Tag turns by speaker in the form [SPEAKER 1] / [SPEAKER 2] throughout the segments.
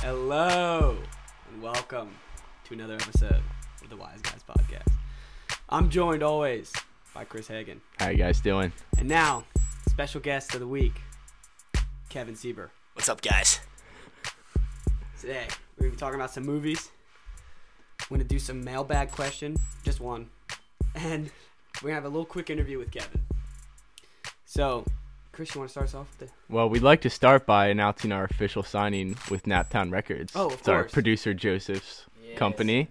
[SPEAKER 1] Hello and welcome to another episode of the Wise Guys Podcast. I'm joined always by Chris Hagan.
[SPEAKER 2] How you guys doing?
[SPEAKER 1] And now, special guest of the week, Kevin Sieber.
[SPEAKER 3] What's up, guys?
[SPEAKER 1] Today, we're going to be talking about some movies. We're going to do some mailbag question, just one. And we're going to have a little quick interview with Kevin. So, Chris, you want to start us off with the
[SPEAKER 2] Well, we'd like to start by announcing our official signing with Naptown Records.
[SPEAKER 1] Oh, of
[SPEAKER 2] it's our
[SPEAKER 1] course.
[SPEAKER 2] producer Joseph's company.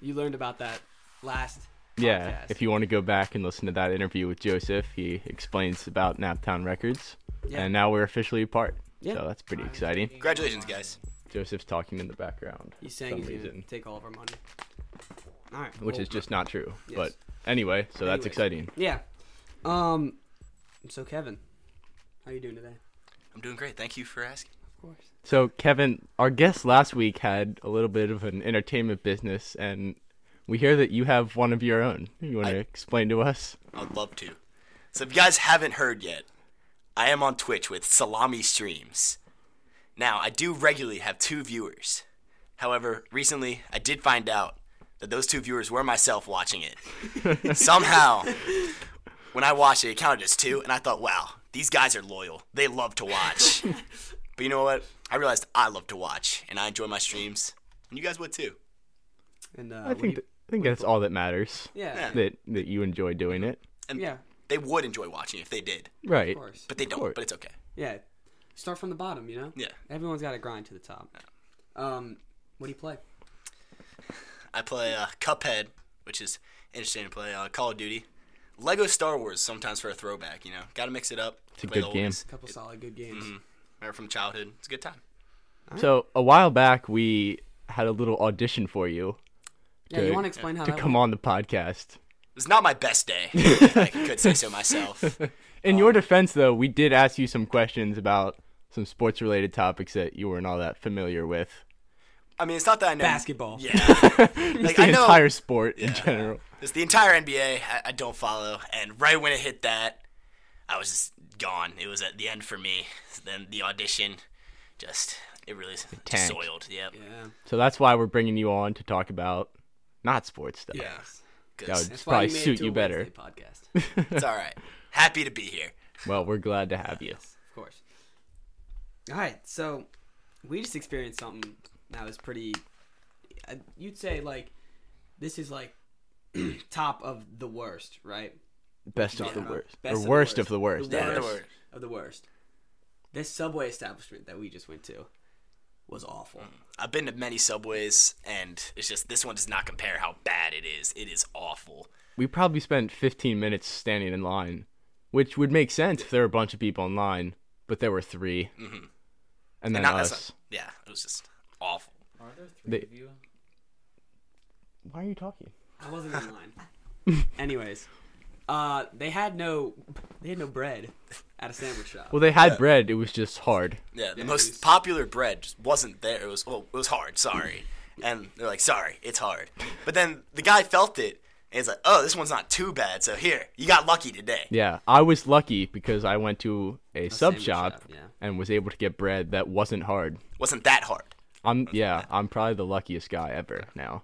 [SPEAKER 1] You learned about that last
[SPEAKER 2] Yeah.
[SPEAKER 1] podcast.
[SPEAKER 2] If you want to go back and listen to that interview with Joseph, he explains about Naptown Records.
[SPEAKER 1] Yeah.
[SPEAKER 2] And now we're officially a part.
[SPEAKER 1] Yeah.
[SPEAKER 2] So that's pretty exciting.
[SPEAKER 3] Congratulations, guys.
[SPEAKER 2] Joseph's talking in the background.
[SPEAKER 1] He's saying
[SPEAKER 2] for
[SPEAKER 1] he's
[SPEAKER 2] some
[SPEAKER 1] going
[SPEAKER 2] reason,
[SPEAKER 1] to take all of our money. All right.
[SPEAKER 2] which
[SPEAKER 1] well-
[SPEAKER 2] is just not true.
[SPEAKER 1] Oh, Yes.
[SPEAKER 2] But anyway, so that's
[SPEAKER 1] Anyways.
[SPEAKER 2] exciting.
[SPEAKER 1] Yeah. Um. So Kevin, how you doing today?
[SPEAKER 3] I'm doing great. Thank you for asking.
[SPEAKER 1] Of course.
[SPEAKER 2] So, Kevin, our guest last week had a little bit of an entertainment business, and we hear that you have one of your own. You want
[SPEAKER 3] I-
[SPEAKER 2] to explain to us?
[SPEAKER 3] I'd love to. So, if you guys haven't heard yet, I am on Twitch with Salami Streams. Now, I do regularly have two viewers. However, recently I did find out that those two viewers were myself watching it. Somehow, when I watched it, it counted as two, and I thought, wow, these guys are loyal. They love to watch. but you know what? I realized I love to watch, and I enjoy my streams, and you guys would too.
[SPEAKER 1] And uh, what
[SPEAKER 2] I
[SPEAKER 1] do
[SPEAKER 2] think
[SPEAKER 1] you,
[SPEAKER 2] th- I think that's all that matters.
[SPEAKER 1] yeah, yeah,
[SPEAKER 2] That that you enjoy doing it.
[SPEAKER 3] And
[SPEAKER 1] yeah,
[SPEAKER 3] they would enjoy watching if they did,
[SPEAKER 2] Right.
[SPEAKER 1] of course,
[SPEAKER 3] but they
[SPEAKER 2] course.
[SPEAKER 3] don't. But it's okay.
[SPEAKER 1] yeah. Start from the bottom, you know.
[SPEAKER 3] Yeah.
[SPEAKER 1] Everyone's got to grind to the top. Um, what do you play?
[SPEAKER 3] I play uh, Cuphead, which is interesting to play. Uh, Call of Duty, Lego Star Wars sometimes for a throwback. You know, got to mix it up. It's
[SPEAKER 2] a good game.
[SPEAKER 1] A couple solid good games.
[SPEAKER 3] Remember from childhood. It's a good time.
[SPEAKER 2] So a while back we had a little audition for you
[SPEAKER 1] Yeah, you
[SPEAKER 2] Good.
[SPEAKER 1] want to explain how
[SPEAKER 2] to
[SPEAKER 1] that?
[SPEAKER 2] come on the podcast.
[SPEAKER 3] It's not my best day, if I could say so myself.
[SPEAKER 2] In
[SPEAKER 1] Oh.
[SPEAKER 2] your defense, though, we did ask you some questions about some sports-related topics that you weren't all that familiar with.
[SPEAKER 3] I mean, it's not that I know
[SPEAKER 1] Basketball.
[SPEAKER 3] Yeah, like
[SPEAKER 2] The
[SPEAKER 3] I know
[SPEAKER 2] entire sport in general.
[SPEAKER 3] it's the entire NBA. I, I don't follow, and right when it hit that, I was just gone. It was at the end for me. Then the audition, just it really
[SPEAKER 2] tanked.
[SPEAKER 3] soiled. Yep.
[SPEAKER 1] Yeah.
[SPEAKER 2] So that's why we're bringing you on to talk about not sports stuff.
[SPEAKER 1] Yes.
[SPEAKER 3] Good.
[SPEAKER 2] That would
[SPEAKER 1] That's why
[SPEAKER 2] probably
[SPEAKER 1] you made it
[SPEAKER 2] suit
[SPEAKER 1] to
[SPEAKER 2] you
[SPEAKER 1] a
[SPEAKER 2] better.
[SPEAKER 1] Wednesday Podcast.
[SPEAKER 3] It's all right. Happy to be here.
[SPEAKER 2] Well, we're glad to have you.
[SPEAKER 1] yes, of course. All right, so we just experienced something that was pretty. I- You'd say like this is like top of the worst, right?
[SPEAKER 2] Best
[SPEAKER 1] talking
[SPEAKER 2] of the
[SPEAKER 1] about.
[SPEAKER 2] worst.
[SPEAKER 1] Best
[SPEAKER 2] Or
[SPEAKER 1] of the
[SPEAKER 2] worst of
[SPEAKER 1] worst.
[SPEAKER 2] the worst.
[SPEAKER 1] The
[SPEAKER 2] I
[SPEAKER 3] Yeah,
[SPEAKER 2] guess.
[SPEAKER 3] the
[SPEAKER 1] worst.
[SPEAKER 3] word.
[SPEAKER 1] of the worst. This subway establishment that we just went to was awful.
[SPEAKER 3] I've been to many subways, and it's just this one does not compare how bad it is. It is awful.
[SPEAKER 2] we probably spent 15 minutes standing in line, which would make sense if there were a bunch of people in line, but there were 3 and then
[SPEAKER 3] Not- that's
[SPEAKER 2] us.
[SPEAKER 3] not- yeah, it was just awful.
[SPEAKER 4] Are there three
[SPEAKER 2] They-
[SPEAKER 4] of you?
[SPEAKER 2] Why are you talking?
[SPEAKER 1] I wasn't in line. Anyways, uh, they had no they had no bread at a sandwich shop.
[SPEAKER 2] Well, they had bread. It was just hard.
[SPEAKER 3] Yeah, the
[SPEAKER 1] it
[SPEAKER 3] most
[SPEAKER 1] was-
[SPEAKER 3] popular bread just wasn't there. It was well, it was hard. Sorry, and they're like, sorry, it's hard. But then the guy felt it, and he's like, oh, this one's not too bad. So here, you got lucky today.
[SPEAKER 2] Yeah, I was lucky because I went to a, sub
[SPEAKER 1] sandwich
[SPEAKER 2] shop,
[SPEAKER 1] shop, yeah.
[SPEAKER 2] and was able to get bread that wasn't hard.
[SPEAKER 3] Wasn't that hard?
[SPEAKER 2] I'm yeah, I'm probably the luckiest guy ever now.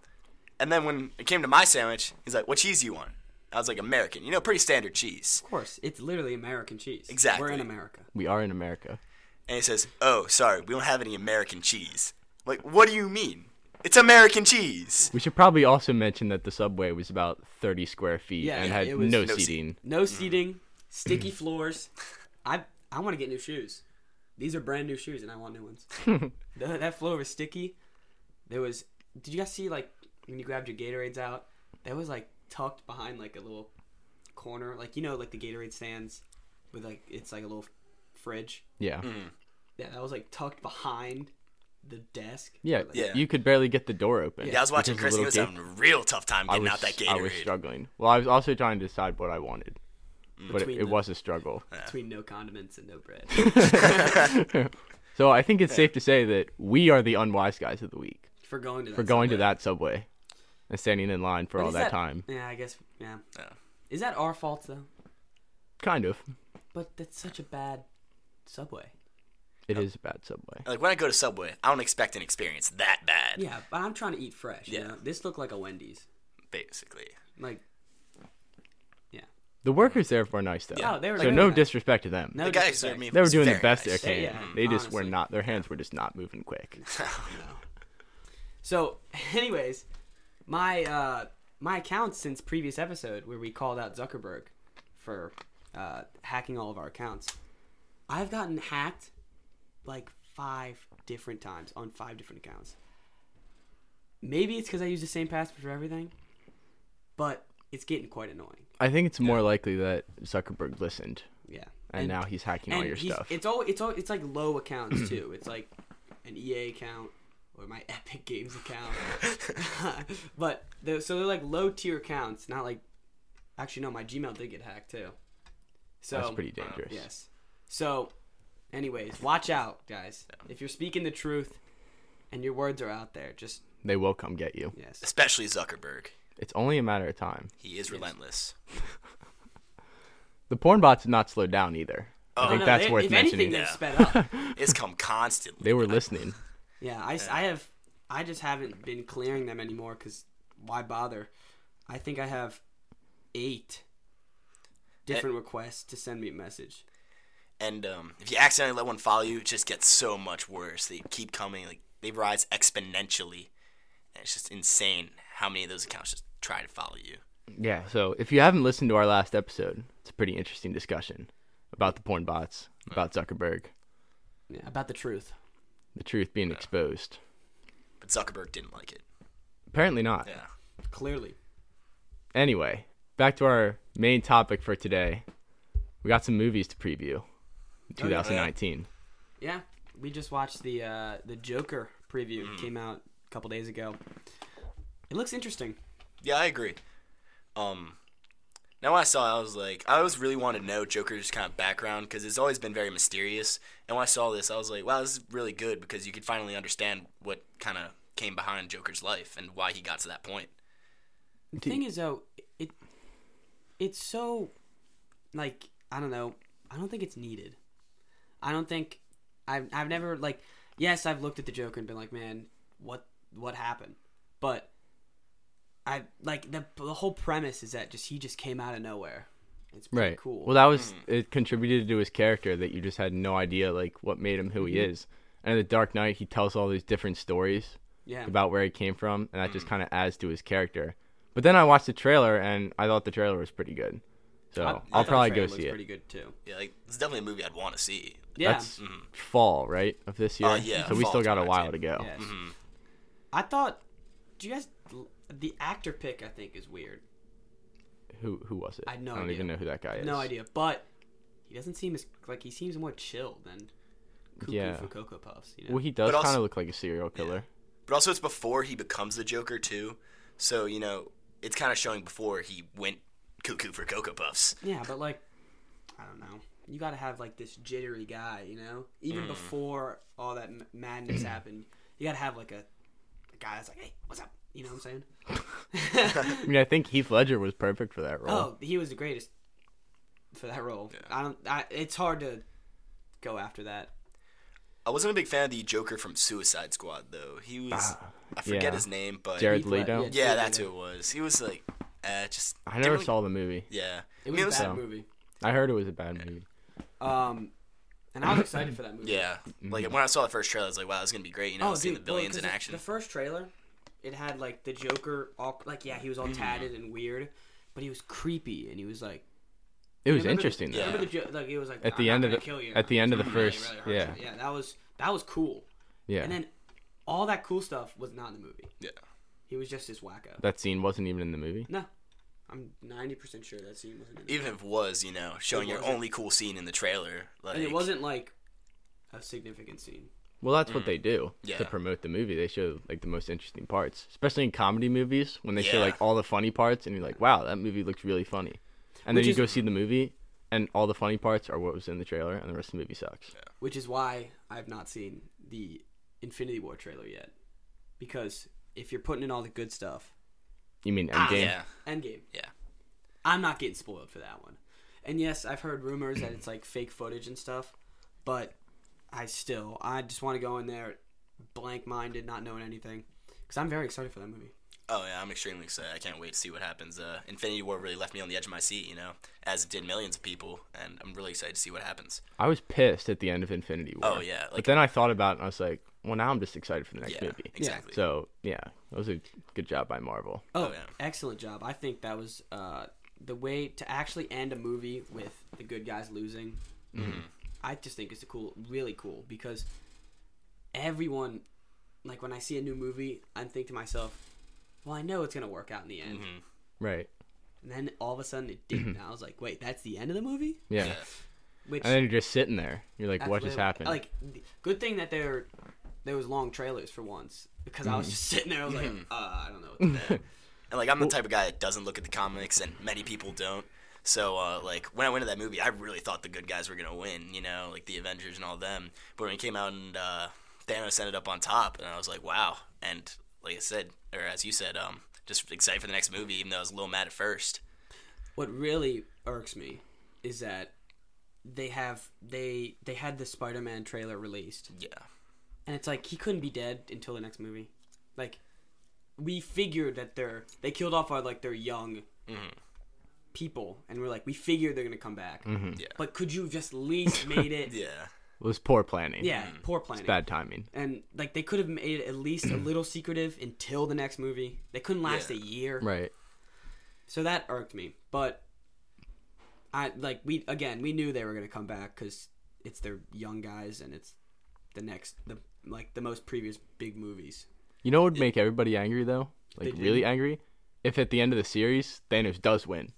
[SPEAKER 3] And then when it came to my sandwich, he's like, what cheese you want? I was like, American. You know, pretty standard cheese.
[SPEAKER 1] of course, it's literally American cheese.
[SPEAKER 3] Exactly.
[SPEAKER 1] we're in America.
[SPEAKER 2] We are in America.
[SPEAKER 3] and he says, "Oh, sorry, we don't have any American cheese." I'm like, what do you mean? It's American cheese.
[SPEAKER 2] We should probably also mention that the subway was about 30 square feet
[SPEAKER 1] Yeah,
[SPEAKER 2] and
[SPEAKER 1] it-
[SPEAKER 2] had
[SPEAKER 1] it was-
[SPEAKER 2] no,
[SPEAKER 3] No seat.
[SPEAKER 2] seating.
[SPEAKER 1] No seating, sticky floors. I I want to get new shoes. These are brand new shoes, and I want new ones. Th- that floor was sticky. There was. Did you guys see like when you grabbed your Gatorades out? That was like tucked behind like a little corner, like you know, like the Gatorade stands with like it's like a little fridge.
[SPEAKER 2] Yeah.
[SPEAKER 1] Yeah, that was like tucked behind the desk.
[SPEAKER 2] Yeah,
[SPEAKER 1] Like,
[SPEAKER 3] Yeah.
[SPEAKER 2] you could barely get the door open.
[SPEAKER 3] Yeah, I was watching
[SPEAKER 2] because
[SPEAKER 3] Chris.
[SPEAKER 2] of
[SPEAKER 3] He
[SPEAKER 2] the
[SPEAKER 3] was
[SPEAKER 2] little
[SPEAKER 3] having a real tough time
[SPEAKER 2] I
[SPEAKER 3] getting
[SPEAKER 2] was,
[SPEAKER 3] out that
[SPEAKER 2] I was
[SPEAKER 3] Gatorade.
[SPEAKER 2] struggling. Well, I was also trying to decide what I wanted, but it,
[SPEAKER 1] Between
[SPEAKER 2] it
[SPEAKER 1] the-
[SPEAKER 2] was a struggle.
[SPEAKER 1] Between no condiments and no bread.
[SPEAKER 2] So I think it's safe to say that we are the unwise guys of the week
[SPEAKER 1] For going to that
[SPEAKER 2] for going to that subway and standing in line for all
[SPEAKER 1] Is
[SPEAKER 2] that, time.
[SPEAKER 1] Yeah, I guess. Yeah.
[SPEAKER 3] Yeah.
[SPEAKER 1] Is that our fault though?
[SPEAKER 2] Kind of.
[SPEAKER 1] But that's such a bad subway.
[SPEAKER 2] It is a bad Subway.
[SPEAKER 3] Like when I go to Subway, I don't expect an experience that bad.
[SPEAKER 1] Yeah, but I'm trying to eat fresh. Yeah.
[SPEAKER 3] Yeah.
[SPEAKER 1] This looked like a Wendy's.
[SPEAKER 3] Basically.
[SPEAKER 1] Like, yeah.
[SPEAKER 2] The workers there were nice though.
[SPEAKER 1] Yeah, Oh, they were
[SPEAKER 2] so
[SPEAKER 1] very
[SPEAKER 2] no
[SPEAKER 1] nice.
[SPEAKER 2] disrespect to them.
[SPEAKER 1] No
[SPEAKER 3] The guy who
[SPEAKER 1] disrespect.
[SPEAKER 3] served me.
[SPEAKER 2] They were
[SPEAKER 3] was
[SPEAKER 2] doing the
[SPEAKER 3] very
[SPEAKER 2] best
[SPEAKER 3] nice.
[SPEAKER 2] they
[SPEAKER 1] Yeah,
[SPEAKER 2] can.
[SPEAKER 1] yeah,
[SPEAKER 2] they just were
[SPEAKER 1] honestly.
[SPEAKER 2] not. Their hands were just not moving quick.
[SPEAKER 1] So, anyways, my uh, my account since previous episode where we called out Zuckerberg for uh, hacking all of our accounts, I've gotten hacked like five different times on five different accounts. Maybe it's because I use the same password for everything, but it's getting quite annoying.
[SPEAKER 2] I think it's more likely that Zuckerberg listened,
[SPEAKER 1] Yeah,
[SPEAKER 2] and, now he's hacking all your
[SPEAKER 1] he's-
[SPEAKER 2] stuff.
[SPEAKER 1] It's all it's all it's like low accounts too. It's like an EA account or my Epic Games account. but they're, so they're like low tier accounts, not like actually no, my Gmail did get hacked too. So
[SPEAKER 2] That's pretty dangerous.
[SPEAKER 1] um, oh, Yes. So, anyways, watch out, guys. If you're speaking the truth and your words are out there, just
[SPEAKER 2] They will come get you.
[SPEAKER 1] yes.
[SPEAKER 3] Especially Zuckerberg.
[SPEAKER 2] It's only a matter of time.
[SPEAKER 3] He is relentless.
[SPEAKER 2] The porn bots did not slow down either. I think
[SPEAKER 1] Oh, No,
[SPEAKER 2] that's
[SPEAKER 1] they-
[SPEAKER 2] worth
[SPEAKER 1] if
[SPEAKER 2] mentioning.
[SPEAKER 1] anything, they've
[SPEAKER 3] Yeah.
[SPEAKER 1] sped up.
[SPEAKER 3] It's come constantly.
[SPEAKER 2] They were listening.
[SPEAKER 1] Yeah, I, s- I have, I just haven't been clearing them anymore because why bother? I think I have eight different requests to send me a message.
[SPEAKER 3] And um, if you accidentally let one follow you, it just gets so much worse. They keep coming, like they rise exponentially, and it's just insane how many of those accounts just try to follow you.
[SPEAKER 2] Yeah, so if you haven't listened to our last episode, it's a pretty interesting discussion about the porn bots, about Zuckerberg,
[SPEAKER 1] Yeah, about the truth.
[SPEAKER 2] the truth being exposed.
[SPEAKER 3] But Zuckerberg didn't like it.
[SPEAKER 2] Apparently not.
[SPEAKER 3] Yeah,
[SPEAKER 1] Clearly,
[SPEAKER 2] Anyway, back to our main topic for today. We got some movies to preview.
[SPEAKER 1] Oh,
[SPEAKER 2] 2019.
[SPEAKER 1] yeah. We just watched the uh, the Joker preview came out a couple days ago. It looks interesting.
[SPEAKER 3] yeah, I agree. Um, now when I saw, it, I was like, I always really wanted to know Joker's kind of background because it's always been very mysterious. And when I saw this, I was like, wow, this is really good because you could finally understand what kind of came behind Joker's life and why he got to that point.
[SPEAKER 1] The thing is though, it it's so like I don't know. I don't think it's needed. I don't think I've I've never like yes, I've looked at the Joker and been like, man, what what happened? But I like the the whole premise is that just he just came out of nowhere. It's pretty
[SPEAKER 2] Right.
[SPEAKER 1] cool. Hmm.
[SPEAKER 2] Well, that was it contributed to his character that you just had no idea like what made him who
[SPEAKER 1] Mm-hmm.
[SPEAKER 2] he is. And in the Dark Knight, he tells all these different stories
[SPEAKER 1] yeah.
[SPEAKER 2] about where he came from, and that
[SPEAKER 1] Mm.
[SPEAKER 2] just kind of adds to his character. But then I watched the trailer, and I thought the trailer was pretty good. So
[SPEAKER 1] I- I
[SPEAKER 2] I,
[SPEAKER 1] thought
[SPEAKER 2] will
[SPEAKER 1] the
[SPEAKER 2] probably go
[SPEAKER 1] trailer looked
[SPEAKER 2] see it.
[SPEAKER 1] Pretty good too.
[SPEAKER 3] Yeah, like it's definitely a movie I'd want to see.
[SPEAKER 1] Yeah. Mm-hmm.
[SPEAKER 2] That's fall, right, of this year.
[SPEAKER 3] Uh, yeah,
[SPEAKER 2] so we
[SPEAKER 3] fall
[SPEAKER 2] still got a
[SPEAKER 3] 2019.
[SPEAKER 2] while to go.
[SPEAKER 1] Yes. I thought. Do you guys? The actor pick I think is weird.
[SPEAKER 2] Who who was it?
[SPEAKER 1] I had no
[SPEAKER 2] I don't
[SPEAKER 1] idea.
[SPEAKER 2] even know who that guy is.
[SPEAKER 1] No idea, but he doesn't seem as like he seems more chill than Cuckoo
[SPEAKER 2] Yeah.
[SPEAKER 1] for Cocoa Puffs. You know?
[SPEAKER 2] Well, he does
[SPEAKER 3] But also-
[SPEAKER 2] kind of look like a serial killer.
[SPEAKER 3] But also, it's before he becomes the Joker too. So you know, it's kind of showing before he went cuckoo for Cocoa Puffs.
[SPEAKER 1] yeah, but like I don't know. You got to have like this jittery guy, you know.
[SPEAKER 2] Mm.
[SPEAKER 1] Even before all that m- madness happened, you got to have like a, a guy that's like, "Hey, what's up?" You know what I'm saying?
[SPEAKER 2] I mean, I think Heath Ledger was perfect for that role.
[SPEAKER 1] oh, he was the greatest for that role. I don't. I, it's hard to go after that.
[SPEAKER 3] I wasn't a big fan of the Joker from Suicide Squad though. He was I forget
[SPEAKER 2] yeah.
[SPEAKER 3] his name, but
[SPEAKER 2] Jared
[SPEAKER 1] Heath Led-
[SPEAKER 2] Leto.
[SPEAKER 1] yeah.
[SPEAKER 3] yeah, that's who it was. He was like, uh, just
[SPEAKER 2] I never
[SPEAKER 3] didn't-
[SPEAKER 2] saw the movie.
[SPEAKER 3] Yeah, I
[SPEAKER 1] It
[SPEAKER 3] mean,
[SPEAKER 1] was a bad movie.
[SPEAKER 2] I heard it was a bad movie.
[SPEAKER 1] Um, and I was excited for that movie.
[SPEAKER 3] yeah. Like when I saw the first trailer, I was like, wow, this is gonna be great. You know, seeing the
[SPEAKER 1] Mm-hmm. Oh, well,
[SPEAKER 3] billions
[SPEAKER 1] 'cause
[SPEAKER 3] in
[SPEAKER 1] the-
[SPEAKER 3] action.
[SPEAKER 1] The first trailer, it had like the Joker, all like yeah, he was all
[SPEAKER 3] Mm-hmm.
[SPEAKER 1] tatted and weird, but he was creepy and he was like.
[SPEAKER 2] It was
[SPEAKER 1] remember the-
[SPEAKER 2] interesting though.
[SPEAKER 1] remember the Jo- like it was like
[SPEAKER 2] At the
[SPEAKER 1] "I'm
[SPEAKER 2] end
[SPEAKER 1] not
[SPEAKER 2] of the
[SPEAKER 1] gonna kill you.
[SPEAKER 2] at the end of the
[SPEAKER 1] I'm really,
[SPEAKER 2] first,
[SPEAKER 1] really hurt you."
[SPEAKER 2] yeah,
[SPEAKER 1] yeah, that was that was cool.
[SPEAKER 2] yeah.
[SPEAKER 1] And then all that cool stuff was not in the movie.
[SPEAKER 3] yeah.
[SPEAKER 1] He was just this wacko.
[SPEAKER 2] that scene wasn't even in the movie.
[SPEAKER 1] No, I'm ninety percent sure that scene wasn't in. It.
[SPEAKER 3] Even if it was, you know, showing your
[SPEAKER 1] wasn't.
[SPEAKER 3] only cool scene in the trailer, like
[SPEAKER 1] And it wasn't like a significant scene.
[SPEAKER 2] Well, that's what they do
[SPEAKER 3] Mm. Yeah.
[SPEAKER 2] to promote the movie. They show like the most interesting parts, especially in comedy movies when they show
[SPEAKER 3] Yeah.
[SPEAKER 2] like all the funny parts, and you're like, "Wow, that movie looks really funny," and
[SPEAKER 1] Which
[SPEAKER 2] then you
[SPEAKER 1] is-
[SPEAKER 2] go see the movie, and all the funny parts are what was in the trailer, and the rest of the movie sucks.
[SPEAKER 1] which is why I've not seen the Infinity War trailer yet. Because if you're putting in all the good stuff,
[SPEAKER 2] You mean Endgame?
[SPEAKER 3] Ah, yeah,
[SPEAKER 1] Endgame,
[SPEAKER 3] yeah.
[SPEAKER 1] I'm not getting spoiled for that one. And yes, I've heard rumors that it's like fake footage and stuff, but I still, I just want to go in there blank minded, not knowing anything. Because I'm very excited for that movie.
[SPEAKER 3] Oh yeah, I'm extremely excited. I can't wait to see what happens. Uh, Infinity War really left me on the edge of my seat, you know, as it did millions of people, and I'm really excited to see what happens.
[SPEAKER 2] I was pissed at the end of Infinity War.
[SPEAKER 3] Oh, yeah,
[SPEAKER 2] but
[SPEAKER 3] like-
[SPEAKER 2] then I thought about it and I was like, well, now I'm just excited for the next
[SPEAKER 3] Yeah,
[SPEAKER 2] movie.
[SPEAKER 3] exactly.
[SPEAKER 2] So yeah, that was a good job by Marvel.
[SPEAKER 1] Oh,
[SPEAKER 3] yeah.
[SPEAKER 1] excellent job. I think that was uh, the way to actually end a movie with the good guys losing.
[SPEAKER 3] Mm-hmm.
[SPEAKER 1] I just think it's a cool, really cool because everyone, like when I see a new movie, I think to myself, well, I know it's going to work out in the
[SPEAKER 3] Mm-hmm.
[SPEAKER 1] end.
[SPEAKER 2] Right.
[SPEAKER 1] And then all of a sudden it didn't. And I was like, wait, that's the end of the movie?
[SPEAKER 2] Yeah.
[SPEAKER 3] Yeah.
[SPEAKER 1] Which
[SPEAKER 2] Mm-hmm. And then you're just sitting there. You're like,
[SPEAKER 1] that's
[SPEAKER 2] what just
[SPEAKER 1] what-
[SPEAKER 2] happened?
[SPEAKER 1] Like, th- good thing that there, there was long trailers for once because I was
[SPEAKER 2] Mm-hmm.
[SPEAKER 1] just sitting there. I was like, uh, I don't know. What to do.
[SPEAKER 3] And like I'm the type of guy that doesn't look at the comics, and many people don't. So uh, like when I went to that movie, I really thought the good guys were gonna win, you know, like the Avengers and all them. But when it came out and uh, Thanos ended up on top, and I was like, wow. And like I said, or as you said, um, just excited for the next movie, even though I was a little mad at first.
[SPEAKER 1] what really irks me is that they have they they had the Spider-Man trailer released,
[SPEAKER 3] Yeah,
[SPEAKER 1] and it's like he couldn't be dead until the next movie. Like, we figured that they're they killed off our like their young
[SPEAKER 2] Mm-hmm.
[SPEAKER 1] people, and we're like we figured they're gonna come back.
[SPEAKER 2] Mm-hmm.
[SPEAKER 3] Yeah.
[SPEAKER 1] But could you have just at least made it? yeah,
[SPEAKER 3] yeah.
[SPEAKER 2] it was poor planning.
[SPEAKER 1] poor planning.
[SPEAKER 2] Mm. Bad timing.
[SPEAKER 1] And like they could have made it at least a little secretive until the next movie. They couldn't last
[SPEAKER 3] Yeah.
[SPEAKER 1] a year.
[SPEAKER 2] Right.
[SPEAKER 1] So that irked me, but I like we again we knew they were gonna come back because it's their young guys and it's the next the like the most previous big movies.
[SPEAKER 2] You know what would make everybody angry though?
[SPEAKER 1] They
[SPEAKER 2] Like
[SPEAKER 1] do.
[SPEAKER 2] really angry? If at the end of the series Thanos does win.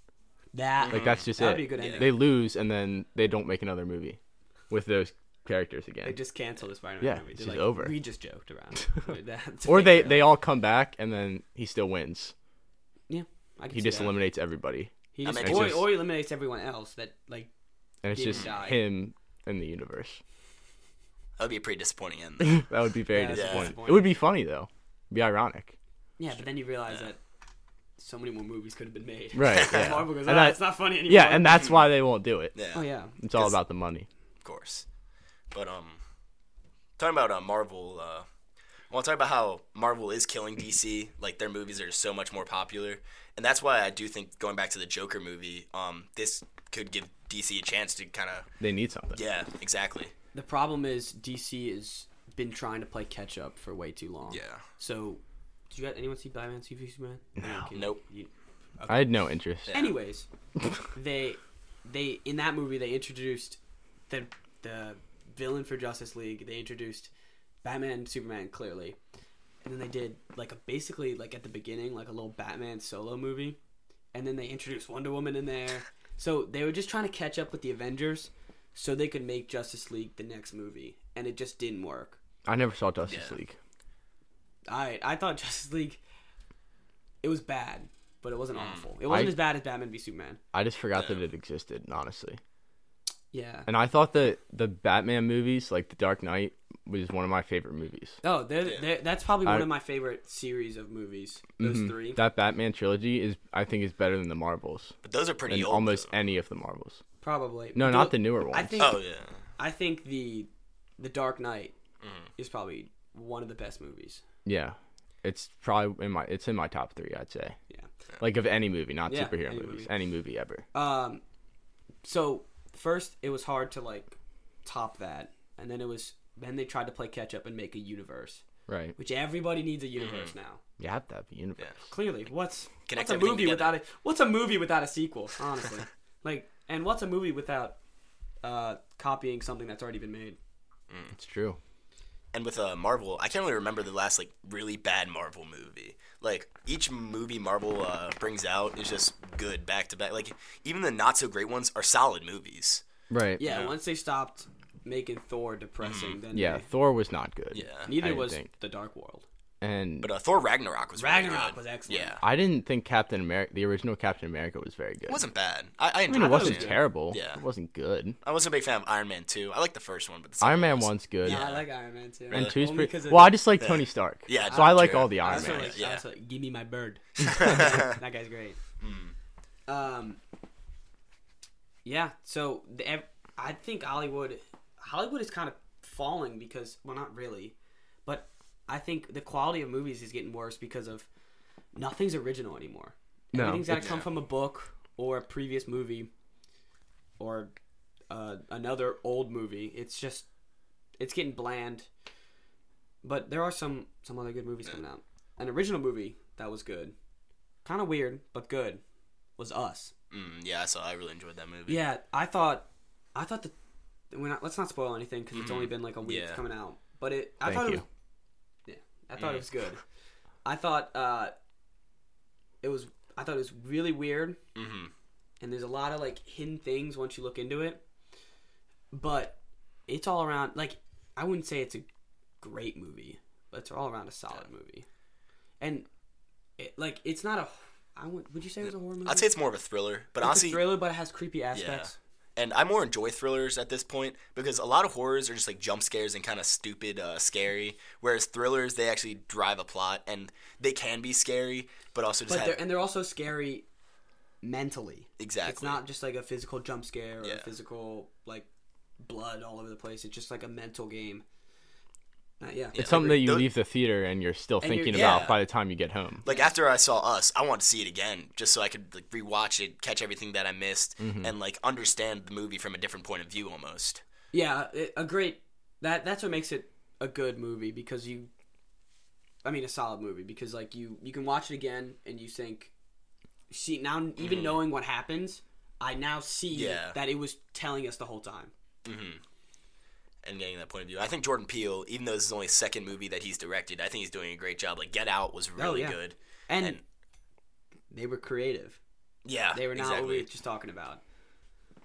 [SPEAKER 1] That
[SPEAKER 2] Like that's just
[SPEAKER 1] Mm, That'd
[SPEAKER 2] it.
[SPEAKER 1] be a good ending.
[SPEAKER 2] They lose and then they don't make another movie with those characters again.
[SPEAKER 1] they just canceled the Spider-Man
[SPEAKER 2] Yeah,
[SPEAKER 1] movie.
[SPEAKER 2] it's
[SPEAKER 1] They're
[SPEAKER 2] just
[SPEAKER 1] like,
[SPEAKER 2] over.
[SPEAKER 1] We just joked around. Like, that's a
[SPEAKER 2] or
[SPEAKER 1] big
[SPEAKER 2] they,
[SPEAKER 1] joke.
[SPEAKER 2] they all come back and then he still wins.
[SPEAKER 1] yeah. I can
[SPEAKER 2] He
[SPEAKER 1] see
[SPEAKER 2] just
[SPEAKER 1] that.
[SPEAKER 2] eliminates everybody.
[SPEAKER 1] He
[SPEAKER 3] I
[SPEAKER 1] just,
[SPEAKER 3] mean, it's
[SPEAKER 1] or,
[SPEAKER 2] just-
[SPEAKER 1] or he eliminates everyone else that like
[SPEAKER 2] And it's
[SPEAKER 1] Didn't
[SPEAKER 2] just
[SPEAKER 1] die.
[SPEAKER 2] him in the universe.
[SPEAKER 3] That would be a pretty disappointing end. though.
[SPEAKER 2] That would be very
[SPEAKER 1] Yeah, that's
[SPEAKER 2] disappointing.
[SPEAKER 1] disappointing.
[SPEAKER 2] It would be funny though. It'd be ironic.
[SPEAKER 1] yeah. But then you realize that so many more movies could have been made.
[SPEAKER 2] Right. Yeah.
[SPEAKER 1] Marvel goes,
[SPEAKER 2] And
[SPEAKER 1] "Ah,
[SPEAKER 2] I-
[SPEAKER 1] it's not funny anymore.
[SPEAKER 2] yeah, and that's why they won't do it.
[SPEAKER 3] yeah.
[SPEAKER 1] oh yeah.
[SPEAKER 2] It's all
[SPEAKER 3] Yes.
[SPEAKER 2] about the money.
[SPEAKER 3] of course. But um, talking about uh, Marvel, uh, I want to talk about how Marvel is killing DC. Like their movies are so much more popular, and that's why I do think going back to the Joker movie, um, this could give DC a chance to kind of
[SPEAKER 2] They need something.
[SPEAKER 3] yeah, exactly.
[SPEAKER 1] The problem is DC has been trying to play catch up for way too long.
[SPEAKER 3] Yeah.
[SPEAKER 1] So, did you got anyone see Batman v Superman? No.
[SPEAKER 3] Nope.
[SPEAKER 2] I had no interest.
[SPEAKER 1] Anyways, they they in that movie they introduced the the villain for Justice League. They introduced Batman, Superman clearly, and then they did like a basically like at the beginning like a little Batman solo movie, and then they introduced Wonder Woman in there. So they were just trying to catch up with the Avengers, so they could make Justice League the next movie, and it just didn't work.
[SPEAKER 2] I never saw Justice
[SPEAKER 3] Yeah.
[SPEAKER 2] League.
[SPEAKER 1] I I thought Justice League, it was bad, but it wasn't awful. It wasn't
[SPEAKER 2] I-
[SPEAKER 1] as bad as Batman v Superman.
[SPEAKER 2] I just forgot that it existed, honestly.
[SPEAKER 1] Yeah.
[SPEAKER 2] And I thought that the Batman movies, like The Dark Knight, was one of my favorite movies.
[SPEAKER 1] Oh, they're, they're, that's probably one
[SPEAKER 2] I- Mm-hmm.
[SPEAKER 1] of my favorite series of movies. Those three.
[SPEAKER 2] That Batman trilogy is, I think, is better than the Marvels
[SPEAKER 3] But those are pretty
[SPEAKER 2] and
[SPEAKER 3] old.
[SPEAKER 2] almost
[SPEAKER 3] though.
[SPEAKER 2] any of the Marvels.
[SPEAKER 1] probably.
[SPEAKER 2] No, not the newer ones.
[SPEAKER 1] I think
[SPEAKER 3] Oh yeah.
[SPEAKER 1] I think the the Dark Knight
[SPEAKER 3] Mm-hmm.
[SPEAKER 1] is probably one of the best movies.
[SPEAKER 2] Yeah, it's probably in my, it's in my top three, I'd say.
[SPEAKER 1] Yeah.
[SPEAKER 2] Like of any movie, not
[SPEAKER 1] Yeah,
[SPEAKER 2] superhero
[SPEAKER 1] any
[SPEAKER 2] movies,
[SPEAKER 1] movie.
[SPEAKER 2] any movie ever.
[SPEAKER 1] Um so first it was hard to like top that and then it was then they tried to play catch up and make a universe,
[SPEAKER 2] right?
[SPEAKER 1] which everybody needs
[SPEAKER 3] Mm-hmm.
[SPEAKER 1] a universe now.
[SPEAKER 2] You have to have a universe.
[SPEAKER 1] Clearly, what's
[SPEAKER 3] Connect
[SPEAKER 1] what's a
[SPEAKER 3] everything
[SPEAKER 1] movie
[SPEAKER 3] together.
[SPEAKER 1] without a what's a movie without a sequel, honestly? like and what's a movie without uh copying something that's already been made?
[SPEAKER 2] It's true.
[SPEAKER 3] And with uh, Marvel, I can't really remember the last like really bad Marvel movie. Like each movie Marvel uh, brings out is just good back to back. Like even the not so great ones are solid movies.
[SPEAKER 2] Right.
[SPEAKER 1] Yeah, once they stopped making Thor depressing, then
[SPEAKER 2] Mm-hmm. Yeah.
[SPEAKER 1] they-
[SPEAKER 2] Thor was not good.
[SPEAKER 3] Yeah.
[SPEAKER 2] I
[SPEAKER 1] neither
[SPEAKER 2] didn't
[SPEAKER 1] was
[SPEAKER 2] think.
[SPEAKER 1] the Dark World.
[SPEAKER 2] And
[SPEAKER 3] But uh, Thor Ragnarok was really
[SPEAKER 1] Ragnarok
[SPEAKER 3] good.
[SPEAKER 1] was excellent.
[SPEAKER 3] Yeah,
[SPEAKER 2] I didn't think Captain America, the original Captain America, was very good.
[SPEAKER 3] it wasn't bad. I, I,
[SPEAKER 2] I mean,
[SPEAKER 3] enjoyed
[SPEAKER 2] it wasn't
[SPEAKER 1] good.
[SPEAKER 2] terrible.
[SPEAKER 3] Yeah.
[SPEAKER 2] It wasn't good.
[SPEAKER 3] I wasn't a big fan of Iron Man two. I like the first one, but the second
[SPEAKER 2] Iron Man
[SPEAKER 3] was-
[SPEAKER 2] one's good.
[SPEAKER 1] Yeah, I like Iron Man too.
[SPEAKER 2] And two's
[SPEAKER 1] Uh, Only
[SPEAKER 2] pretty.
[SPEAKER 1] 'cause of-
[SPEAKER 2] Well, I just like Tony Stark.
[SPEAKER 3] Yeah,
[SPEAKER 2] So I like
[SPEAKER 3] true.
[SPEAKER 2] all the
[SPEAKER 3] I
[SPEAKER 1] I
[SPEAKER 2] Iron
[SPEAKER 1] also
[SPEAKER 2] Man.
[SPEAKER 1] like, I
[SPEAKER 3] yeah.
[SPEAKER 1] also like, give me my bird. that guy's great.
[SPEAKER 2] Mm.
[SPEAKER 1] Um, yeah. So the, ev- I think Hollywood, Hollywood is kind of falling because well, not really, but I think the quality of movies is getting worse because of nothing's original anymore.
[SPEAKER 2] No,
[SPEAKER 1] Everything's got to
[SPEAKER 2] it's-
[SPEAKER 1] come from a book or a previous movie or uh, another old movie. It's just it's getting bland. But there are some some other good movies coming out. An original movie that was good, kind of weird but good, was Us.
[SPEAKER 3] Mm, yeah, I saw. I really enjoyed that movie.
[SPEAKER 1] Yeah, I thought, I thought the, when I, let's not spoil anything because it's only been like a week
[SPEAKER 3] Mm-hmm. Yeah.
[SPEAKER 1] coming out. But it, I
[SPEAKER 2] Thank
[SPEAKER 1] thought it
[SPEAKER 2] you.
[SPEAKER 1] was, yeah, I
[SPEAKER 3] Mm.
[SPEAKER 1] thought it was good. I thought uh, it was, I thought it was really weird,
[SPEAKER 3] Mm-hmm.
[SPEAKER 1] and there's a lot of like hidden things once you look into it. But it's all around like I wouldn't say it's a great movie, but it's all around a solid movie, and it, like it's not a. I would, would you say it was a horror movie?
[SPEAKER 3] I'd say it's more of a thriller, but
[SPEAKER 1] it's a
[SPEAKER 3] honestly,
[SPEAKER 1] thriller, but it has creepy aspects.
[SPEAKER 3] and I more enjoy thrillers at this point because a lot of horrors are just like jump scares and kind of stupid, uh, scary. Whereas thrillers, they actually drive a plot and they can be scary, but also just
[SPEAKER 1] But they're,
[SPEAKER 3] have
[SPEAKER 1] and they're also scary mentally.
[SPEAKER 3] exactly.
[SPEAKER 1] It's not just like a physical jump scare or a
[SPEAKER 3] Yeah.
[SPEAKER 1] physical like blood all over the place. It's just like a mental game. Uh, yeah.
[SPEAKER 2] It's something that you
[SPEAKER 3] Those-
[SPEAKER 2] leave the theater and you're still
[SPEAKER 1] And you're-
[SPEAKER 2] thinking
[SPEAKER 3] yeah.
[SPEAKER 2] about by the time you get home.
[SPEAKER 3] like after I saw Us, I wanted to see it again just so I could like rewatch it, catch everything that I missed,
[SPEAKER 2] Mm-hmm.
[SPEAKER 3] and like understand the movie from a different point of view almost.
[SPEAKER 1] yeah, it, a great that that's what makes it a good movie because you I mean a solid movie because like you you can watch it again and you think see now even knowing what happens, I now see
[SPEAKER 3] Mm-hmm. Yeah.
[SPEAKER 1] that it was telling us the whole time.
[SPEAKER 3] and getting that point of view. I think Jordan Peele, even though this is only his second movie that he's directed, I think he's doing a great job. Like Get Out
[SPEAKER 2] Oh,
[SPEAKER 3] was really
[SPEAKER 1] yeah.
[SPEAKER 3] good.
[SPEAKER 1] And,
[SPEAKER 3] And-
[SPEAKER 1] they were creative.
[SPEAKER 3] Yeah,
[SPEAKER 1] They were not what we
[SPEAKER 3] exactly.
[SPEAKER 1] were just talking about.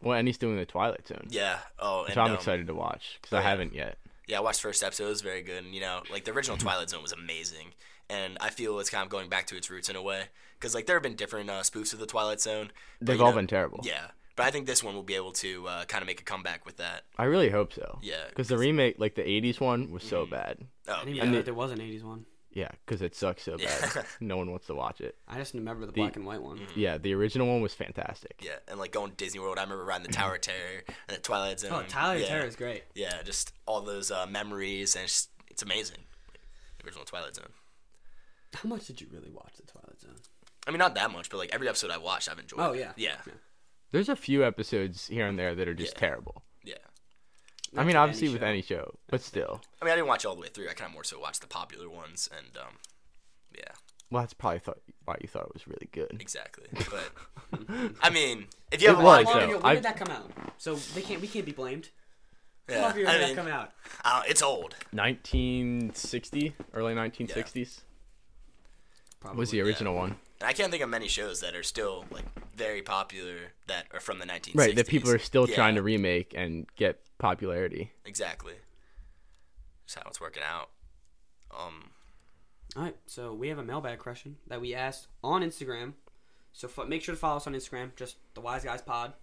[SPEAKER 2] Well, and he's doing the Twilight Zone,
[SPEAKER 3] Yeah. Oh, and
[SPEAKER 2] which I'm
[SPEAKER 3] um,
[SPEAKER 2] excited to watch because I haven't yet.
[SPEAKER 3] Yeah, Oh, I watched the first episode. It was very good. And, you know, like the original
[SPEAKER 2] Mm-hmm.
[SPEAKER 3] Twilight Zone was amazing, and I feel it's kind of going back to its roots in a way because like there have been different uh, spoofs of the Twilight Zone. but,
[SPEAKER 2] They've
[SPEAKER 3] you
[SPEAKER 2] all
[SPEAKER 3] know-
[SPEAKER 2] been terrible.
[SPEAKER 3] Yeah, but I think this one will be able to uh, kind of make a comeback with that.
[SPEAKER 2] I really hope so.
[SPEAKER 3] Yeah,
[SPEAKER 2] Because the remake, like the '80s one, was so bad.
[SPEAKER 3] Oh,
[SPEAKER 1] I didn't
[SPEAKER 3] yeah.
[SPEAKER 1] even know that there was an 80s one.
[SPEAKER 2] Yeah, because it sucks so bad. no one wants to watch it.
[SPEAKER 1] I just remember the black and white one.
[SPEAKER 3] Mm.
[SPEAKER 2] Yeah, the original one was fantastic.
[SPEAKER 3] yeah, and like going to Disney World. I remember riding the Tower of Terror and the Twilight Zone.
[SPEAKER 1] Oh, Tyler
[SPEAKER 3] yeah.
[SPEAKER 1] Terror is great.
[SPEAKER 3] yeah, just all those uh, memories, and it's, just- it's amazing. The original Twilight Zone.
[SPEAKER 1] How much did you really watch The Twilight Zone?
[SPEAKER 3] I mean, not that much, but like every episode I watched, I've enjoyed.
[SPEAKER 1] Oh,
[SPEAKER 3] it.
[SPEAKER 1] yeah.
[SPEAKER 3] yeah,
[SPEAKER 1] Yeah.
[SPEAKER 2] There's a few episodes here and there that are just
[SPEAKER 3] Yeah.
[SPEAKER 2] terrible.
[SPEAKER 3] yeah.
[SPEAKER 2] I mean,
[SPEAKER 1] with
[SPEAKER 2] obviously
[SPEAKER 1] any
[SPEAKER 2] with
[SPEAKER 1] show.
[SPEAKER 2] any show, but still.
[SPEAKER 3] I mean, I didn't watch all the way through. I kind of more so watched the popular ones, and um, yeah,
[SPEAKER 2] Well, that's probably thought why you thought it was really good.
[SPEAKER 3] exactly. But I mean, if you have
[SPEAKER 2] It
[SPEAKER 3] a lot,
[SPEAKER 2] was,
[SPEAKER 3] of-
[SPEAKER 2] though.
[SPEAKER 1] Well,
[SPEAKER 2] so,
[SPEAKER 1] when
[SPEAKER 2] I've-
[SPEAKER 1] did that come out? So they can't. We can't be blamed.
[SPEAKER 3] yeah,
[SPEAKER 1] How long ago
[SPEAKER 3] I
[SPEAKER 1] did that
[SPEAKER 3] mean,
[SPEAKER 1] come out?
[SPEAKER 3] uh, it's old.
[SPEAKER 2] 1960, early 1960s
[SPEAKER 1] Probably.
[SPEAKER 2] was the original one.
[SPEAKER 3] And I can't think of many shows that are still like very popular that are from the 1960s.
[SPEAKER 2] Right, that people are still
[SPEAKER 3] Yeah,
[SPEAKER 2] trying to remake and get popularity.
[SPEAKER 3] exactly. That's how it's working out. Um,
[SPEAKER 1] All right. So we have a mailbag question that we asked on Instagram. So fo- make sure to follow us on Instagram. Just the Wise Guys Pod.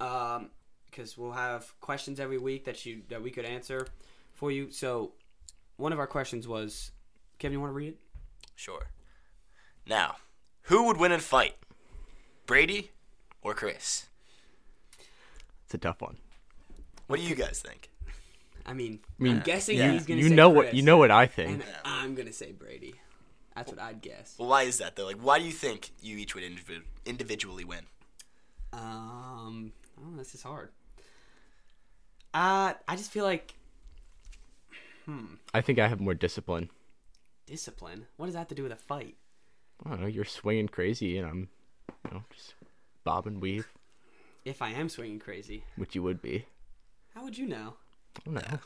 [SPEAKER 1] Um, because we'll have questions every week that you that we could answer for you. So one of our questions was, Kevin, you want to read it?
[SPEAKER 3] Sure. Now, who would win in a fight? Brady or Chris?
[SPEAKER 2] It's a tough one.
[SPEAKER 3] What do you guys think?
[SPEAKER 1] I mean, I
[SPEAKER 2] mean,
[SPEAKER 1] am guessing
[SPEAKER 3] yeah.
[SPEAKER 1] he's gonna.
[SPEAKER 2] you
[SPEAKER 1] say
[SPEAKER 2] know what
[SPEAKER 1] Chris,
[SPEAKER 2] you know what I think.
[SPEAKER 1] And I'm gonna say Brady. That's what I'd guess.
[SPEAKER 3] Well, why is that though? Like, why do you think you each would indiv- individually win?
[SPEAKER 1] Um, oh, this is hard. Uh, I just feel like
[SPEAKER 2] I think I have more discipline.
[SPEAKER 1] discipline. What does that have to do with a fight?
[SPEAKER 2] I don't know, you're swinging crazy and I'm you know just bob and weave,
[SPEAKER 1] If I am swinging crazy,
[SPEAKER 2] which you would be.
[SPEAKER 1] how would you know?
[SPEAKER 2] I don't know.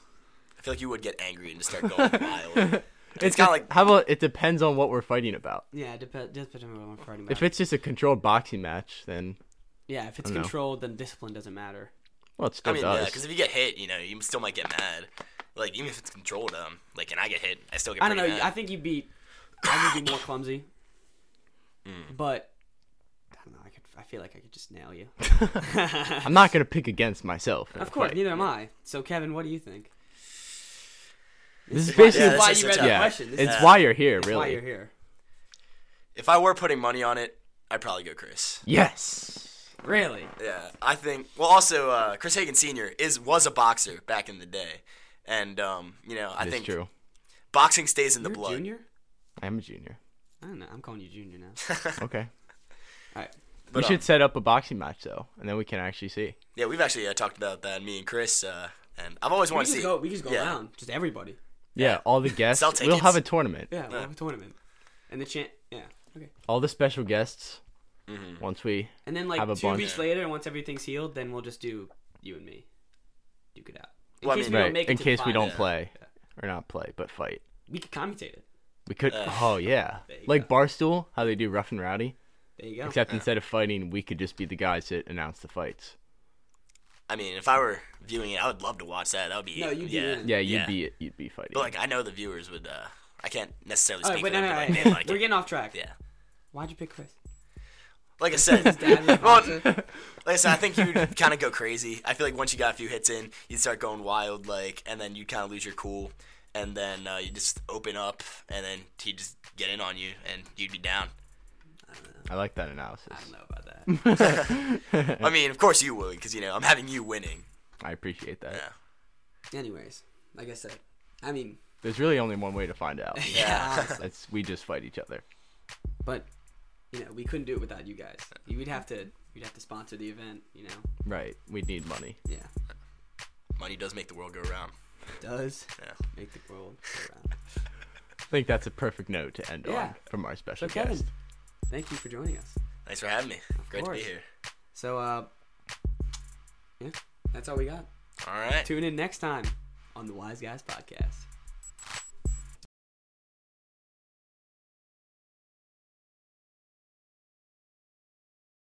[SPEAKER 3] I feel like you would get angry and just start going wild.
[SPEAKER 2] It's
[SPEAKER 3] kinda
[SPEAKER 2] kind
[SPEAKER 3] like-
[SPEAKER 2] like how about it depends on what we're fighting about.
[SPEAKER 1] Yeah, it dep- depends on what I'm fighting about.
[SPEAKER 2] If it's just a controlled boxing match, then
[SPEAKER 1] yeah, if it's
[SPEAKER 2] know.
[SPEAKER 1] controlled, then discipline doesn't matter.
[SPEAKER 2] well, it
[SPEAKER 3] I
[SPEAKER 2] still
[SPEAKER 3] mean, yeah,
[SPEAKER 2] does.
[SPEAKER 3] because if you get hit, you know, you still might get mad. Like, even if it's controlled, um, like, and I get hit, I still get.
[SPEAKER 1] I don't know.
[SPEAKER 3] pretty Mad.
[SPEAKER 1] I think you'd be. I would be more clumsy. But I don't know. I could. I feel like I could just nail you.
[SPEAKER 2] I'm not gonna pick against myself. in a
[SPEAKER 1] of course,
[SPEAKER 2] fight.
[SPEAKER 1] neither am I. So, Kevin, what do you think?
[SPEAKER 2] This is basically
[SPEAKER 3] Yeah, this
[SPEAKER 1] why
[SPEAKER 3] is
[SPEAKER 1] you
[SPEAKER 3] a
[SPEAKER 1] read
[SPEAKER 3] tough-
[SPEAKER 1] the
[SPEAKER 2] yeah,
[SPEAKER 1] question. This
[SPEAKER 2] it's
[SPEAKER 1] is
[SPEAKER 2] why you're here,
[SPEAKER 1] why
[SPEAKER 2] really.
[SPEAKER 1] you're here.
[SPEAKER 3] If I were putting money on it, I'd probably go Chris.
[SPEAKER 2] Yes.
[SPEAKER 1] Really?
[SPEAKER 3] Yeah, I think. Well, also, uh, Chris Hagan Sr. is was a boxer back in the day, and um, you know, I
[SPEAKER 2] It's
[SPEAKER 3] think
[SPEAKER 2] true.
[SPEAKER 3] boxing stays in the
[SPEAKER 1] You're a
[SPEAKER 3] blood.
[SPEAKER 1] junior?
[SPEAKER 2] I'm a junior.
[SPEAKER 1] I don't know. I'm calling you junior now.
[SPEAKER 2] Okay.
[SPEAKER 1] All right.
[SPEAKER 3] But,
[SPEAKER 2] we
[SPEAKER 3] um,
[SPEAKER 2] should set up a boxing match though, and then we can actually see.
[SPEAKER 3] Yeah, we've actually uh, talked about that, me and Chris, uh, and I've always
[SPEAKER 1] We
[SPEAKER 3] wanted to
[SPEAKER 1] just
[SPEAKER 3] see.
[SPEAKER 1] go. We just go
[SPEAKER 3] yeah.
[SPEAKER 1] around. Just everybody.
[SPEAKER 2] Yeah, all the guests.
[SPEAKER 3] Sell
[SPEAKER 2] We'll have
[SPEAKER 3] tickets.
[SPEAKER 2] a tournament.
[SPEAKER 1] Yeah. We'll have a tournament. And the chant. Yeah. Okay.
[SPEAKER 2] All the special guests. Once we
[SPEAKER 1] And then like
[SPEAKER 2] Have a
[SPEAKER 1] two
[SPEAKER 2] bunch.
[SPEAKER 1] weeks later, once everything's healed, then we'll just do you and me. Duke it out. In
[SPEAKER 3] Well, I
[SPEAKER 1] case
[SPEAKER 3] mean-
[SPEAKER 1] we
[SPEAKER 2] right
[SPEAKER 1] don't make it
[SPEAKER 2] in
[SPEAKER 1] to the
[SPEAKER 2] case we
[SPEAKER 1] final.
[SPEAKER 2] don't play or not play, but fight.
[SPEAKER 1] we could commentate it.
[SPEAKER 2] We could. oh yeah,
[SPEAKER 1] there you Oh,
[SPEAKER 2] like Barstool, how they do rough and rowdy.
[SPEAKER 1] There you go.
[SPEAKER 2] Except instead of fighting, we could just be the guys that announce the fights.
[SPEAKER 3] I mean, if I were viewing it, I would love to watch that. That would be
[SPEAKER 1] No, you'd be
[SPEAKER 3] yeah.
[SPEAKER 1] in.
[SPEAKER 2] Yeah, you'd
[SPEAKER 3] Yeah.
[SPEAKER 2] be you'd be fighting.
[SPEAKER 3] But like, I know the viewers would. Uh, I can't necessarily
[SPEAKER 1] All
[SPEAKER 3] speak
[SPEAKER 1] right,
[SPEAKER 3] for
[SPEAKER 1] but no,
[SPEAKER 3] them,
[SPEAKER 1] no,
[SPEAKER 3] but
[SPEAKER 1] no.
[SPEAKER 3] like, they like
[SPEAKER 1] We're
[SPEAKER 3] it.
[SPEAKER 1] getting off track.
[SPEAKER 3] Yeah.
[SPEAKER 1] Why'd you pick Chris?
[SPEAKER 3] Like I said,
[SPEAKER 1] Dad,
[SPEAKER 3] well,
[SPEAKER 1] like-
[SPEAKER 3] listen, I think you'd kind of go crazy. I feel like once you got a few hits in, you'd start going wild, like, and then you kind of lose your cool, and then uh, you just open up, and then he'd just get in on you, and you'd be down.
[SPEAKER 2] I like that
[SPEAKER 1] I don't
[SPEAKER 2] analysis.
[SPEAKER 1] know about that.
[SPEAKER 3] I mean, of course you would, because you know I'm having you winning.
[SPEAKER 2] I appreciate that.
[SPEAKER 3] Yeah.
[SPEAKER 1] Anyways, like I said, I mean,
[SPEAKER 2] There's really only one way to find out.
[SPEAKER 1] yeah,
[SPEAKER 3] Yeah.
[SPEAKER 1] honestly.
[SPEAKER 2] That's we just fight each other.
[SPEAKER 1] but you know, we couldn't do it without you guys. You would have to, you'd have to sponsor the event. You know,
[SPEAKER 2] Right. We need money.
[SPEAKER 1] yeah,
[SPEAKER 3] Money does make the world go round.
[SPEAKER 1] does
[SPEAKER 3] Yeah.
[SPEAKER 1] make the world go round.
[SPEAKER 2] I think that's a perfect note to end
[SPEAKER 1] Yeah.
[SPEAKER 2] on from our
[SPEAKER 1] So
[SPEAKER 2] special
[SPEAKER 1] Kevin,
[SPEAKER 2] guest.
[SPEAKER 1] thank you for joining us.
[SPEAKER 3] Thanks for having me. Great to
[SPEAKER 1] course.
[SPEAKER 3] be here.
[SPEAKER 1] So, uh, yeah, that's all we got.
[SPEAKER 3] All right.
[SPEAKER 1] Tune in next time on the Wise Guys Podcast.